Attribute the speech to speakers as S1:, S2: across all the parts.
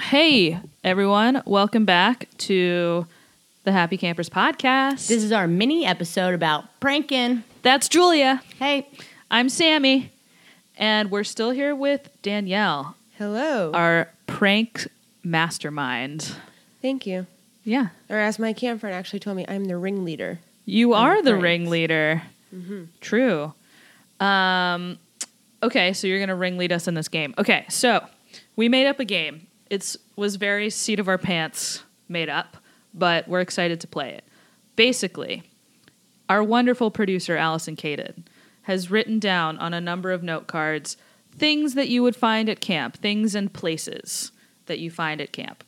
S1: Hey, everyone. Welcome back to the Happy Campers podcast.
S2: This is our mini episode about pranking.
S1: That's Julia.
S2: Hey.
S1: I'm Sammy. And we're still here with Danielle,
S3: Hello.
S1: our prank mastermind.
S3: Thank you.
S1: Yeah.
S3: Or as my camp friend actually told me, I'm the ringleader.
S1: You are the ringleader.
S2: Mm-hmm.
S1: True. Um, okay, so you're going to ringlead us in this game. Okay, so we made up a game. It was very seat of our pants made up, but we're excited to play it. Basically, our wonderful producer, Allison Caden, has written down on a number of note cards things that you would find at camp, things and places that you find at camp.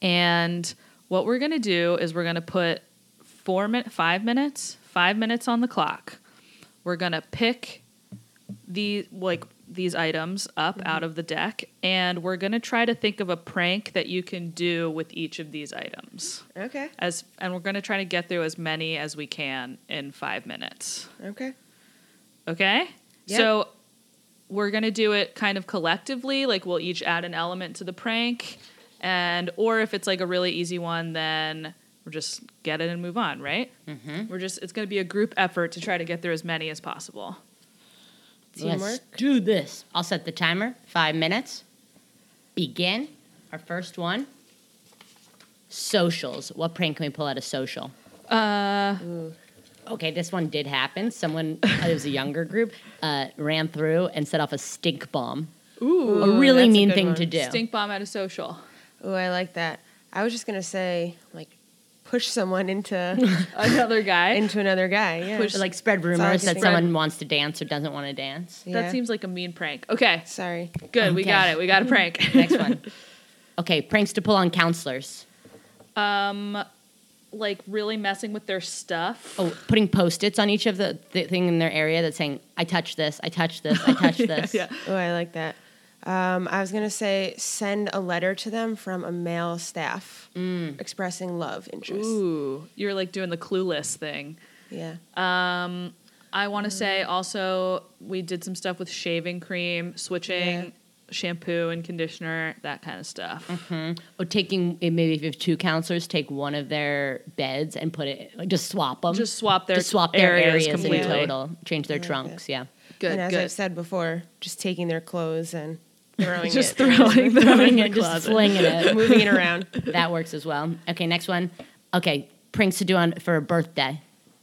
S1: And what we're going to do is we're going to put four minutes, five minutes, five minutes on the clock. We're going to pick these like these items up out of the deck and we're going to try to think of a prank that you can do with each of these items.
S3: Okay.
S1: As and we're going to try to get through as many as we can in 5 minutes.
S3: Okay.
S1: Okay? So we're going to do it kind of collectively, like we'll each add an element to the prank and or if it's like a really easy one then we'll just get it and move on, right? Mm-hmm. We're just it's going to be a group effort to try to get through as many as possible.
S2: Let's
S3: Teamwork.
S2: do this. I'll set the timer. Five minutes. Begin. Our first one. Socials. What prank can we pull out of social?
S1: Uh
S2: Okay, this one did happen. Someone, it was a younger group, uh, ran through and set off a stink bomb. Ooh, a really
S3: that's a
S2: mean
S3: good
S2: thing
S3: one.
S2: to do.
S1: stink bomb out of social.
S3: Ooh, I like that. I was just gonna say, like, push someone into
S1: Another guy.
S3: into another guy. Yeah.
S1: Push-
S2: Or, like spread rumors
S3: always
S2: that
S3: spread-
S2: someone wants to dance or doesn't want to dance.
S3: Yeah.
S1: That seems like a mean prank. Okay,
S3: Sorry.
S1: good. We
S2: Okay.
S1: got it. We got a prank.
S2: Next one. Okay, pranks to pull on counselors.
S1: um, like really messing with their stuff.
S2: Oh, putting post-its on each of the th- thing in their area that's saying, "I touched this, I touched this, I touched this."
S1: yeah.
S3: Ooh, I like that. Um, I was gonna say send a letter to them from a male staff expressing love, interest.
S1: Mm. Ooh, you're like doing the clueless thing.
S3: Yeah.
S1: I want
S2: Mm-hmm.
S1: to say also we did some stuff with shaving cream, switching
S3: Yeah.
S1: shampoo and conditioner, that kind of stuff.
S2: Mm-hmm. Or taking eh, maybe if you have two counselors, take one of their beds and put it like just swap them.
S1: Just swap their
S2: Just swap their
S1: areas
S2: areas,
S1: completely.
S2: in total. Change their trunks. Yeah.
S1: Good,
S3: and as
S1: good.
S3: I've said before, just taking their clothes and throwing it,
S1: Just throwing them in the
S2: it, just
S1: closet.
S2: flinging it.
S3: moving it around.
S2: that works as well. Okay, next one. Okay, pranks to do on for a birthday.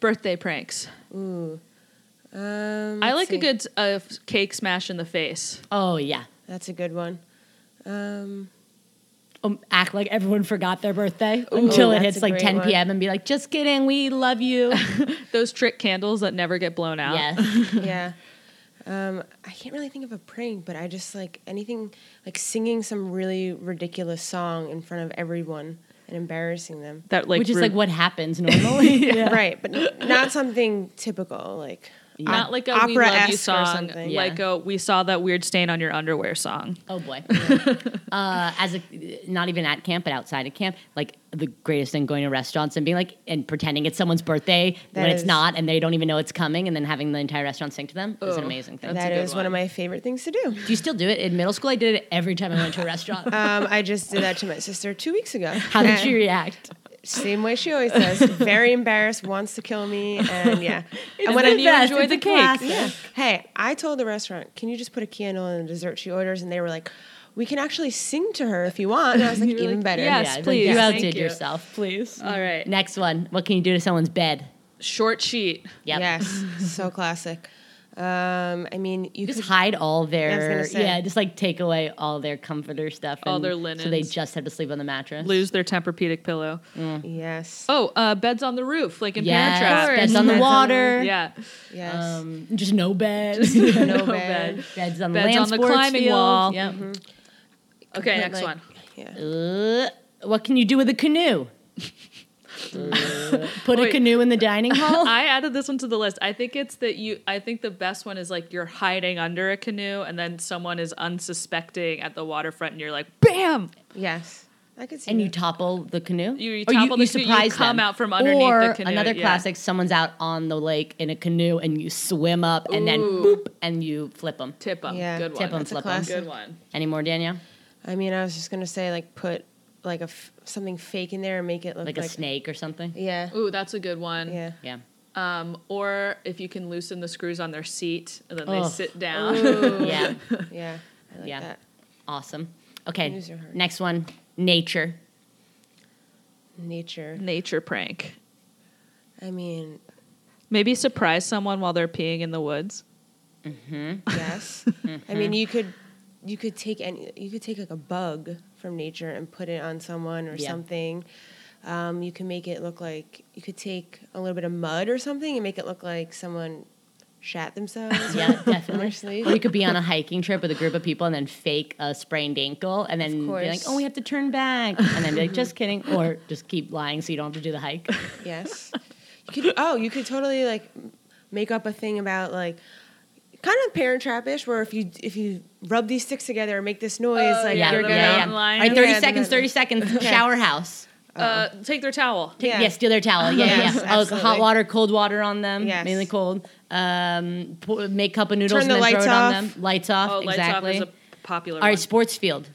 S1: Birthday pranks.
S3: Um,
S1: I
S3: let's
S1: like a
S3: see.
S1: good uh, f- cake smash in the face.
S2: Oh yeah.
S3: That's a good one. Um,
S2: Um, act like everyone forgot their birthday until it
S3: that's
S2: hits
S3: a
S2: like
S3: great
S2: 10
S3: one.
S2: p.m. and be like, "Just kidding, we love you."
S1: Those trick candles that never get blown out.
S2: yes.
S3: yeah. Um, I can't really think of a prank, but I just like anything like singing some really ridiculous song in front of everyone and embarrassing them.
S1: That like
S2: Which is
S1: ru-
S2: like what happens normally.
S3: Right, but n- not something typical like
S1: not like a we
S3: opera-esque
S1: love you
S3: or
S1: song,
S3: something.
S1: like a we saw that weird stain on your underwear song.
S2: Oh boy. uh, as a, not even at camp, but outside of camp, like the greatest thing going to restaurants and being like, and pretending it's someone's birthday
S3: That
S2: when
S3: is-
S2: it's not, and they don't even know it's coming, and then having the entire restaurant sing to them is an amazing thing.
S3: that is one. of my favorite things to do.
S2: Do you still do it? In middle school, I did it every time I went to a restaurant.
S3: Um, I just did that to my sister two weeks ago.
S2: How did she
S3: And
S2: react?
S3: Same way she always does. Very embarrassed, wants to kill me, and yeah. and when
S1: the
S3: I
S1: you best. enjoy It's the a cake. classic.
S3: Yeah. Hey, I told the restaurant, can you just put a candle in the dessert she orders? And they were like, we can actually sing to her if you want. And I was like, even better.
S1: yes.
S2: it's like,
S1: please.
S2: you
S1: Thank
S2: outdid
S1: you.
S2: yourself, please.
S1: Um, All right,
S2: Next one. What can you do to someone's bed?
S1: short sheet.
S2: Yep.
S3: Yes. So classic. Um, I mean, you
S2: Just
S3: could,
S2: hide all their
S3: say.
S2: yeah. Just like take away all their comforter stuff,
S1: All
S2: and-
S1: their
S2: so they
S1: linens.
S2: just have to sleep on the mattress.
S1: Lose their Tempur-Pedic pillow.
S3: Mm. yes.
S1: Oh, uh, beds on the roof, like in
S2: Yes,
S1: Parent Trap.
S2: beds on the
S3: Beds on the
S2: water.
S1: Yeah, Oh,
S3: Yes.
S2: Um, just no beds.
S3: no,
S1: no
S3: bed.
S1: bed.
S2: beds on the
S1: Beds
S2: land
S1: on the Mm-hmm.
S2: sports
S1: climbing
S2: field.
S1: wall.
S2: Yep.
S1: Okay, next
S3: like-
S1: one.
S3: Yeah.
S2: Uh, What can you do with a canoe? Put a
S1: Wait.
S2: canoe in the dining hall?
S1: I added this one to the list. I think it's that you. I think the best one is like you're hiding under a canoe, and then someone is unsuspecting at the waterfront, and you're like, "Bam!"
S3: Yes, I could see.
S2: and you
S3: that.
S2: topple the canoe?
S1: You- you
S2: Or
S1: topple the canoe, you
S2: surprise
S1: come
S2: them.
S1: out from underneath
S2: or
S1: the canoe,
S2: Another
S1: yeah.
S2: classic, someone's out on the lake in a canoe and you swim up and then boop and you flip them.
S1: Tip them.
S3: Yeah.
S1: Good one.
S2: Tip 'em,
S3: That's a
S2: flip 'em.
S3: classic.
S1: Good one.
S2: Any more, Danielle?
S3: I mean, I was just gonna say like put like a f- something fake in there and make it look
S2: Like,
S3: like,
S2: a snake or something?
S3: Yeah,
S1: Ooh, that's a good one.
S3: yeah.
S2: Yeah.
S1: Um, or if you can loosen the screws on their seat and then they
S2: Ugh.
S1: sit down.
S2: Yeah.
S3: Yeah, I like
S2: Yeah.
S3: that.
S2: awesome. Okay.
S3: These are hard.
S2: Next one, nature.
S3: Nature.
S1: Nature prank.
S3: I mean,
S1: Maybe surprise someone while they're peeing in the woods.
S3: yes. I mean, you could you could take any you could take like a bug from nature and put it on someone or
S2: Yeah.
S3: something. Um, you can make it look like you could take a little bit of mud or something and make it look like someone shat themselves.
S2: Yeah,
S3: From their
S2: definitely.
S3: sleeve.
S2: Or you could be on a hiking trip with a group of people and then fake a sprained ankle and then be like,
S3: course.
S2: oh, we have to turn back. And then be like, just kidding. Or just keep lying so you don't have to do the hike.
S3: Yes. You could oh, you could totally like m- make up a thing about like kind of parent trapish where if you if you rub these sticks together and make this noise
S2: Oh,
S3: like
S1: yeah,
S3: you're
S1: the
S3: gonna
S1: mountain
S2: All
S1: lion.
S2: right, 30
S3: Yeah, the
S2: seconds,
S3: mountain-
S2: 30 seconds. Shower house.
S1: Uh, take their towel.
S2: Take,
S3: Yeah.
S2: yeah. steal their towel. Yeah,
S3: Yes,
S2: yeah. Oh, hot
S3: absolutely.
S2: water, cold water on them.
S3: Yes.
S2: Mainly cold. Um, pour, make cup of noodles
S3: Turn the
S2: and then throw
S3: lights
S2: it on
S3: off.
S2: them. Lights off.
S1: Oh, lights off
S2: exactly.
S1: is a popular
S2: All right,
S1: one. Um,
S2: sports field.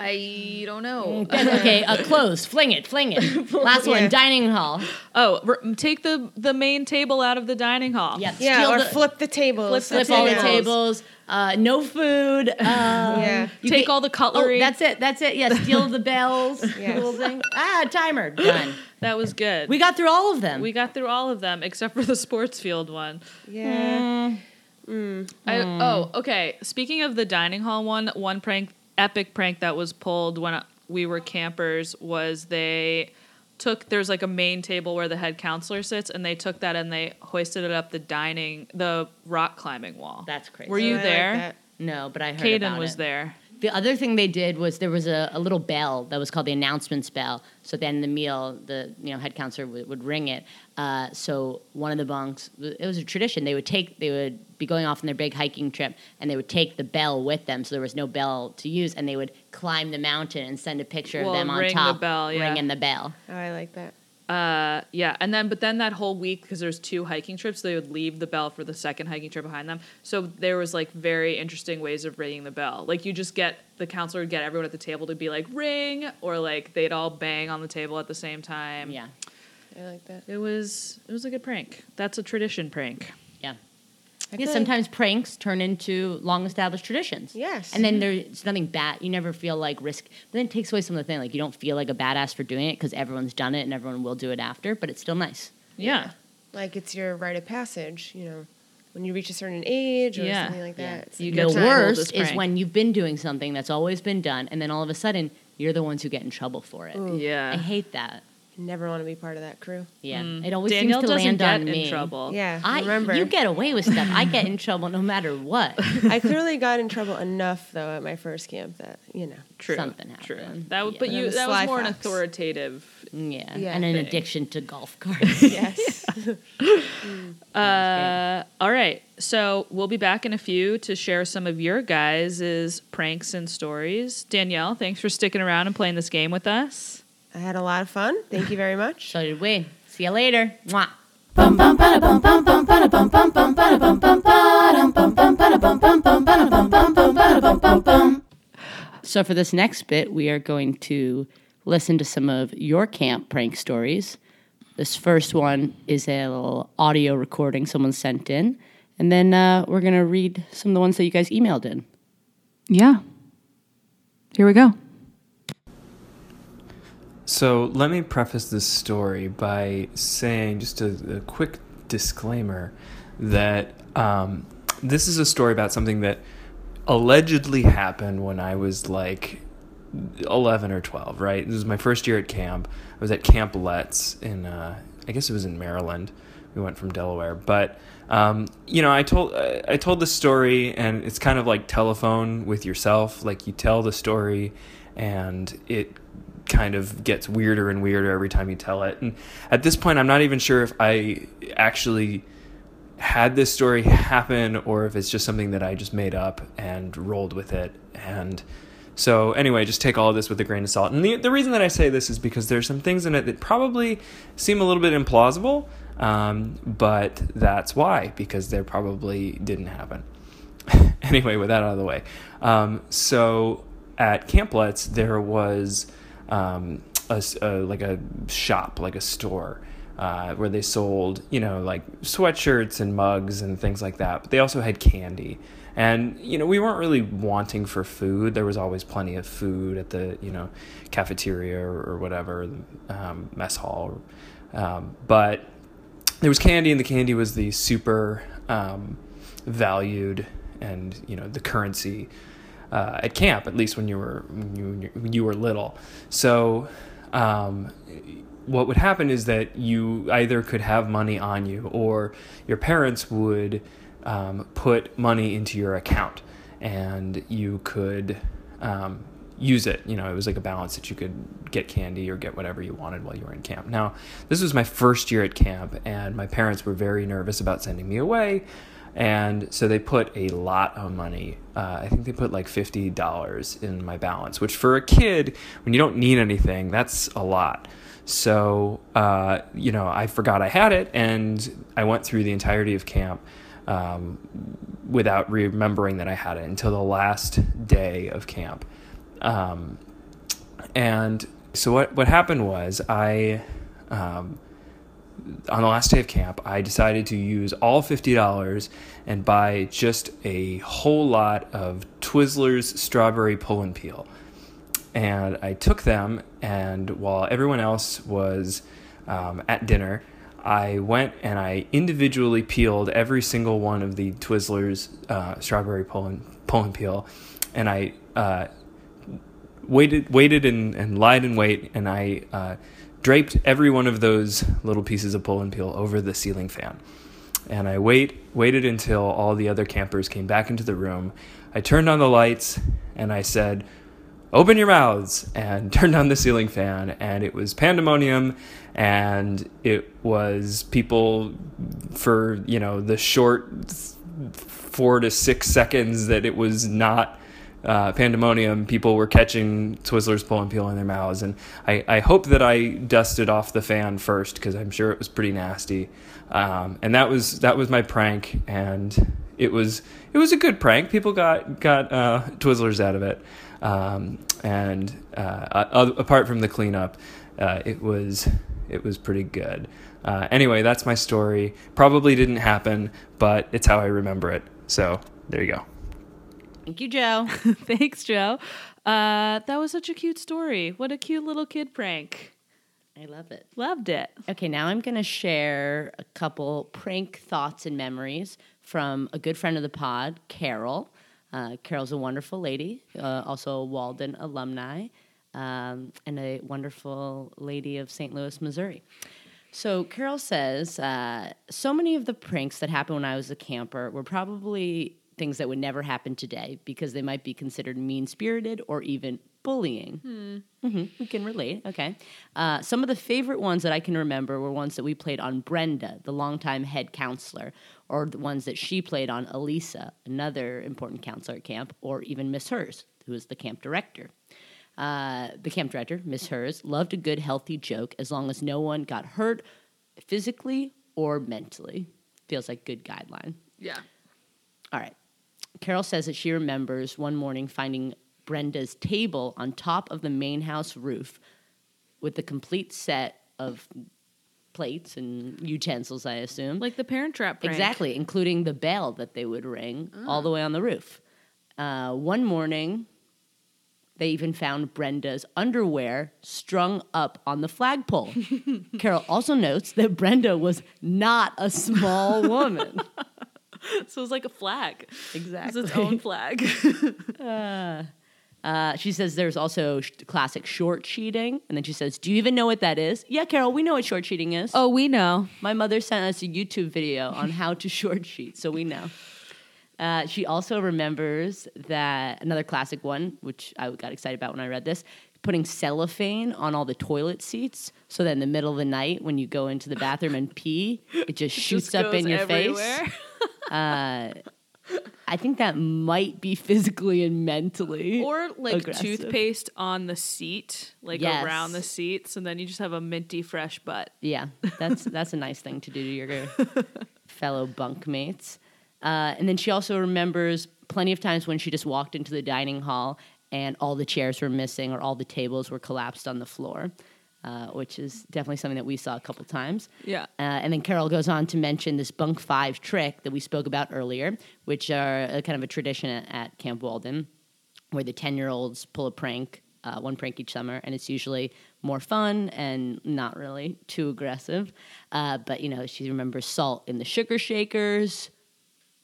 S1: I don't know.
S2: okay, uh, clothes. Fling it, fling it. Last
S3: Yeah.
S2: one, dining hall.
S1: Oh, r- take the the main table out of the dining hall.
S2: Yeah,
S3: Yeah,
S2: steal
S3: or
S2: the-
S3: flip the table.
S1: Flip-
S2: flip
S1: the
S2: all the
S1: tables.
S2: tables. Uh, no food. Um,
S3: Yeah.
S2: you
S1: Take
S2: get-
S1: all the cutlery.
S2: Oh, that's it. That's it. Yeah, steal the bells.
S3: Yes.
S2: Little thing. Ah, timer done.
S1: that was good.
S2: We got through all of them.
S1: We got through all of them except for the sports field one.
S3: Yeah.
S1: I, oh, okay. Speaking of the dining hall one, one prank, epic prank that was pulled when we were campers was they took there's like a main table where the head counselor sits, and they took that and they hoisted it up the dining, the rock climbing wall.
S2: That's crazy.
S1: Were you
S3: Oh, I like
S1: there?
S3: that.
S2: no, but I heard
S1: Caden
S2: about
S1: was
S2: it.
S1: there.
S2: The other thing they did was there was a, a little bell that was called the announcements bell. So then the meal, the you know head counselor would, would ring it. Uh, so one of the bunks, it was a tradition. They would take, they would be going off on their big hiking trip, and they would take the bell with them. So there was no bell to use, and they would climb the mountain and send a picture
S1: Well,
S2: of them on
S1: ring the
S2: top,
S1: bell, yeah.
S2: ringing the bell.
S3: Oh, I like that.
S1: Uh, yeah, and then but then that whole week because there's two hiking trips, they would leave the bell for the second hiking trip behind them. So there was like very interesting ways of ringing the bell. Like you just get the counselor would get everyone at the table to be like ring, or like they'd all bang on the table at the same time.
S2: Yeah,
S3: I like that.
S1: it was it was a good prank. That's a tradition prank.
S2: yeah.
S3: I feel
S2: Yeah,
S3: like-
S2: sometimes pranks turn into long established traditions.
S3: Yes. Mm-hmm.
S2: And then there's nothing bad. You never feel like risk. But then it takes away some of the thing. Like you don't feel like a badass for doing it because everyone's done it and everyone will do it after, but it's still nice.
S1: Yeah,
S3: like it's your rite of passage, you know, when you reach a certain age or
S1: Yeah.
S3: something like
S2: Yeah.
S3: that. It's
S1: You
S3: like-
S1: get
S2: the
S1: to hold this
S2: worst is
S1: prank.
S2: when you've been doing something that's always been done and then all of a sudden you're the ones who get in trouble for it. I
S1: yeah. Mm.
S2: hate that.
S3: never want to be part of that crew.
S2: Yeah. It always
S1: Danielle
S2: seems to
S1: doesn't
S2: land
S1: get
S2: on
S1: in
S2: me.
S1: trouble.
S3: Yeah,
S2: I
S3: remember.
S2: you get away with stuff. I get in trouble no matter what.
S3: I clearly got in trouble enough though at my first camp that you know.
S1: true.
S2: Something
S1: True.
S2: happened.
S1: That w
S2: Yeah.
S1: but
S3: And then
S1: you
S3: the
S1: that was
S3: sly
S1: more an
S3: fox.
S1: authoritative.
S2: Yeah.
S3: Yeah.
S2: And an
S1: Thing.
S2: addiction to golf carts.
S3: Yes.
S1: Uh, all right. So we'll be back in a few to share some of your guys' pranks and stories. Danielle, thanks for sticking around and playing this game with us.
S3: I had a lot of fun. Thank you very much.
S2: so did we. See you later. Mwah.
S4: Bum bum bada bum bum bum bada bum bum bum bada bum bum bada bum bum bada bum bum bum bada bum bum bum bada bum bum bum.
S2: So for this next bit, we are going to listen to some of your camp prank stories. This first one is a little audio recording someone sent in, and then uh, we're gonna read some of the ones that you guys emailed in.
S5: Yeah. Here we go.
S6: So let me preface this story by saying just a, a quick disclaimer that um, this is a story about something that allegedly happened when I was like 11 or 12, right? This was my first year at camp. I was at Camp Letts in, uh, I guess it was in Maryland, we went from Delaware. But um, you know, I told uh, I told the story, and it's kind of like telephone with yourself. Like you tell the story, and it kind of gets weirder and weirder every time you tell it. And at this point, I'm not even sure if I actually had this story happen or if it's just something that I just made up and rolled with it. And so, anyway, just take all of this with a grain of salt. And the, the reason that I say this is because there's some things in it that probably seem a little bit implausible, um, but that's why, because they probably didn't happen. anyway, with that out of the way. Um, so, at Camplets, there was um, a, s- a- like a shop, like a store, uh, where they sold, you know, like sweatshirts and mugs and things like that. But they also had candy. And, you know, we weren't really wanting for food. There was always plenty of food at the, you know, cafeteria or, or whatever, um, mess hall. Um, but there was candy, and the candy was the super um, valued and, you know, the currency uh, at camp, at least when you were when you, when you- when you were little. So, um, what would happen is that you either could have money on you, or your parents would um, put money into your account, and you could um, use it. You know, it was like a balance that you could get candy or get whatever you wanted while you were in camp. Now, this was my first year at camp, and my parents were very nervous about sending me away and so they put a lot of money. Uh, I think they put like fifty dollars in my balance, which for a kid, when you don't need anything, that's a lot. So uh, you know, I forgot I had it, and I went through the entirety of camp um, without remembering that I had it until the last day of camp. Um, and so what what happened was I. Um, on the last day of camp, I decided to use all $50 and buy just a whole lot of Twizzlers strawberry pull and peel. And I took them, and while everyone else was um, at dinner, I went and I individually peeled every single one of the Twizzlers uh, strawberry pull and, pull and peel, and I uh, waited waited and, and lied in wait and I uh, draped every one of those little pieces of pull and peel over the ceiling fan. And I wait waited until all the other campers came back into the room. I turned on the lights and I said, Open your mouths and turned on the ceiling fan and it was pandemonium and it was people for, you know, the short four to six seconds that it was not uh, pandemonium. People were catching Twizzlers pull and peel in their mouths, and I, I hope that I dusted off the fan first because I'm sure it was pretty nasty. Um, and that was that was my prank, and it was it was a good prank. People got got uh, Twizzlers out of it, um, and uh, a- a- apart from the cleanup, uh, it was it was pretty good. Uh, anyway, that's my story. Probably didn't happen, but it's how I remember it. So there you go.
S2: Thank you, Joe.
S1: Thanks, Joe. Uh, that was such a cute story. What a cute little kid prank.
S2: I love it.
S1: Loved it.
S2: Okay, now I'm going to share a couple prank thoughts and memories from a good friend of the pod, Carol. Uh, Carol's a wonderful lady, uh, also a Walden alumni, um, and a wonderful lady of St. Louis, Missouri. So Carol says, uh, so many of the pranks that happened when I was a camper were probably things that would never happen today because they might be considered mean spirited or even bullying. hmm We can relate. Okay. Uh, some of the favorite ones that I can remember were ones that we played on Brenda, the longtime head counselor, or the ones that she played on Elisa, another important counselor at camp, or even Miss Hers, who is the camp director. Uh, the camp director, Miss Hers, loved a good, healthy joke as long as no one got hurt physically or mentally. Feels like good guideline.
S1: Yeah.
S2: All right. Carol says that she remembers one morning finding Brenda's table on top of the main house roof with the complete set of plates and utensils, I assume.
S1: Like the parent trap prank.
S2: Exactly, including the bell that they would ring all the way on the roof. Uh, one morning, they even found Brenda's underwear strung up on the flagpole. Carol also notes that Brenda was not a small woman.
S1: So it was like a flag. It was
S2: exactly.
S1: its own flag.
S2: Uh, she says there's also sh- classic short cheating. And then she says, Do you even know what that is? Yeah, Carol, we know what short cheating is.
S5: Oh, we know.
S2: My mother sent us a YouTube video on how to short sheet, so we know. Uh, she also remembers that another classic one, which I got excited about when I read this, putting cellophane on all the toilet seats, so that in the middle of the night when you go into the bathroom and pee, it just shoots up in your face. I think that might be physically and mentally,
S1: or like
S2: aggressive.
S1: toothpaste on the seat, like
S2: Yes.
S1: around the seats, and then you just have a minty fresh butt.
S2: Yeah, that's that's a nice thing to do to your fellow bunkmates. Uh, and then she also remembers plenty of times when she just walked into the dining hall and all the chairs were missing or all the tables were collapsed on the floor, uh, which is definitely something that we saw a couple times.
S1: Yeah.
S2: Uh, and then Carol goes on to mention this bunk five trick that we spoke about earlier, which are a kind of a tradition at, at Camp Walden where the 10 year olds pull a prank, uh, one prank each summer, and it's usually more fun and not really too aggressive. Uh, but, you know, she remembers salt in the sugar shakers,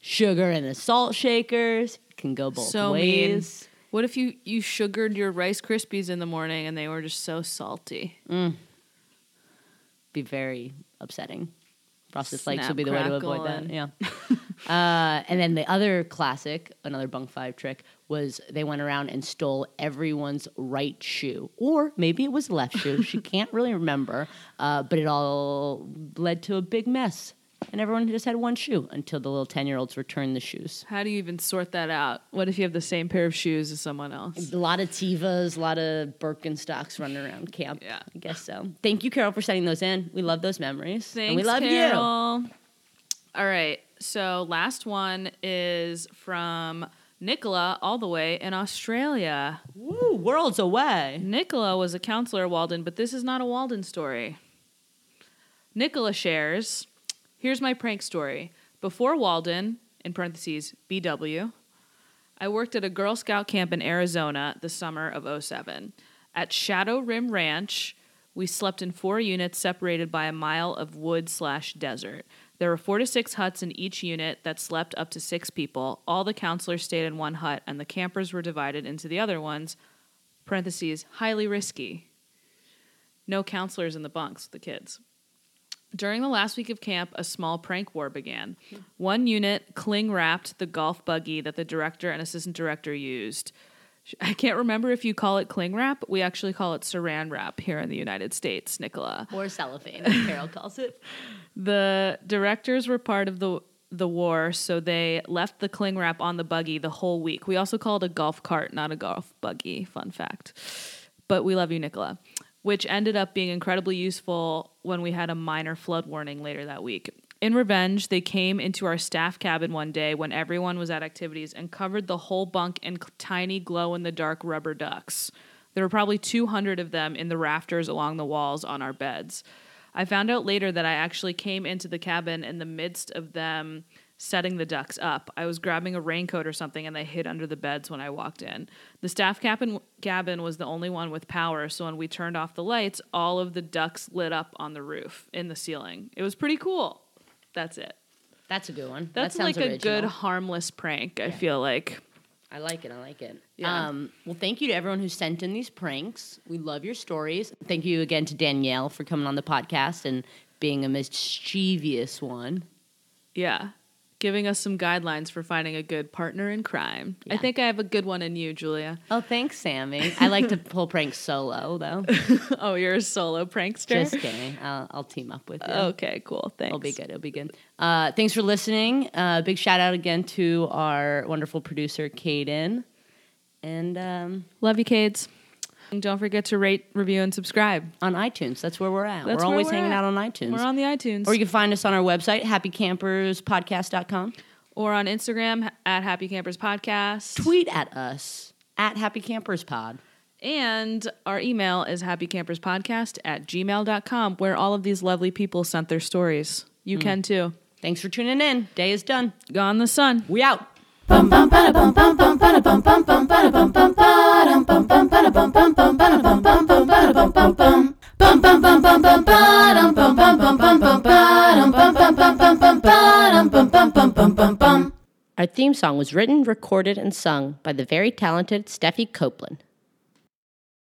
S2: sugar in the salt shakers, can go both
S1: so
S2: ways.
S1: mean. What if you you sugared your Rice Krispies in the morning and they were just so salty?
S2: Be very upsetting. Frosted Flakes would be the way to
S1: Snap,
S2: avoid
S1: crackle,
S2: that. Yeah. uh, and then the other classic, another bunk five trick, was they went around and stole everyone's right shoe, or maybe it was left shoe. she can't really remember, uh, but it all led to a big mess, and everyone just had one shoe until the little ten-year-olds returned the shoes.
S1: How do you even sort that out? What if you have the same pair of shoes as someone else?
S2: A lot of Tivas, a lot of Birkenstocks running around camp.
S1: Yeah.
S2: I guess so. Thank you, Carol, for sending those in. We love those memories.
S1: Thanks,
S2: and we love you.
S1: Carol. All right. So last one is from Nicola, all the way in Australia.
S2: Woo, worlds away.
S1: Nicola was a counselor at Walden, but this is not a Walden story. Nicola shares Here's my prank story. Before Walden, in parentheses, BW, I worked at a Girl Scout camp in Arizona the summer of 07. At Shadow Rim Ranch, we slept in four units separated by a mile of wood slash desert. There were four to six huts in each unit that slept up to six people. All the counselors stayed in one hut, and the campers were divided into the other ones, parentheses, highly risky. No counselors in the bunks with the kids. During the last week of camp, a small prank war began. One unit cling wrapped the golf buggy that the director and assistant director used. Sh- I can't remember if you call it cling wrap. We actually call it saran wrap here in the United States, Nicola.
S2: Or cellophane, as Carol calls it.
S1: The directors were part of the the war, so they left the cling wrap on the buggy the whole week. We also called a golf cart, not a golf buggy. Fun fact. But we love you, Nicola. Which ended up being incredibly useful when we had a minor flood warning later that week. In revenge, they came into our staff cabin one day when everyone was at activities and covered the whole bunk in c- tiny glow in the dark rubber ducks. There were probably 200 of them in the rafters along the walls on our beds. I found out later that I actually came into the cabin in the midst of them setting the ducks up. I was grabbing a raincoat or something and they hid under the beds when I walked in. The staff cabin, cabin was the only one with power, so when we turned off the lights, all of the ducks lit up on the roof in the ceiling. It was pretty cool. That's it.
S2: That's a good one.
S1: That's
S2: that sounds
S1: like a
S2: original.
S1: good harmless prank, I feel like.
S2: I like it. I like it.
S1: Yeah.
S2: Um, well, thank you to everyone who sent in these pranks. We love your stories. Thank you again to Danielle for coming on the podcast and being a mischievous one.
S1: Yeah. Giving us some guidelines for finding a good partner in crime. I
S2: Yeah.
S1: think I have a good one in you, Julia.
S2: Oh, thanks, Sammy. I like to pull pranks solo, though.
S1: Oh, you're a solo prankster?
S2: Just kidding. I'll, I'll team up with you.
S1: Okay, cool. Oh, Thanks.
S2: It'll be good. It'll be good. Uh, thanks for listening. Uh, big shout out again to our wonderful producer, Kaden. And um,
S1: Love you, kids. And don't forget to rate, review, and subscribe.
S2: on iTunes, that's where we're at.
S1: That's where
S2: we're always
S1: we're
S2: hanging
S1: at.
S2: out on iTunes.
S1: We're on the iTunes.
S2: Or you can find us on our website, happycamperspodcast.com.
S1: or on Instagram h- at Happy Campers Podcast.
S2: Tweet at us at Happy Campers Pod.
S1: And our email is happycamperspodcast at gmail.com, where all of these lovely people sent their stories.
S2: Mm.
S1: You can too.
S2: Thanks for tuning in. Day is done.
S1: Gone the sun.
S2: We out.
S4: bum bum bada bum bum bum bada bum bum bum bada bum bum bada bum bum bada bum bum bum bada bum bum bum bada bum bum bum bum bum bum bum bum bada bum bum bum bum bum bada bum bum bum bum bum bada bum bum bum bum bum bum
S2: Are theme song was written, recorded, and sung by the very talented Steffi Copeland.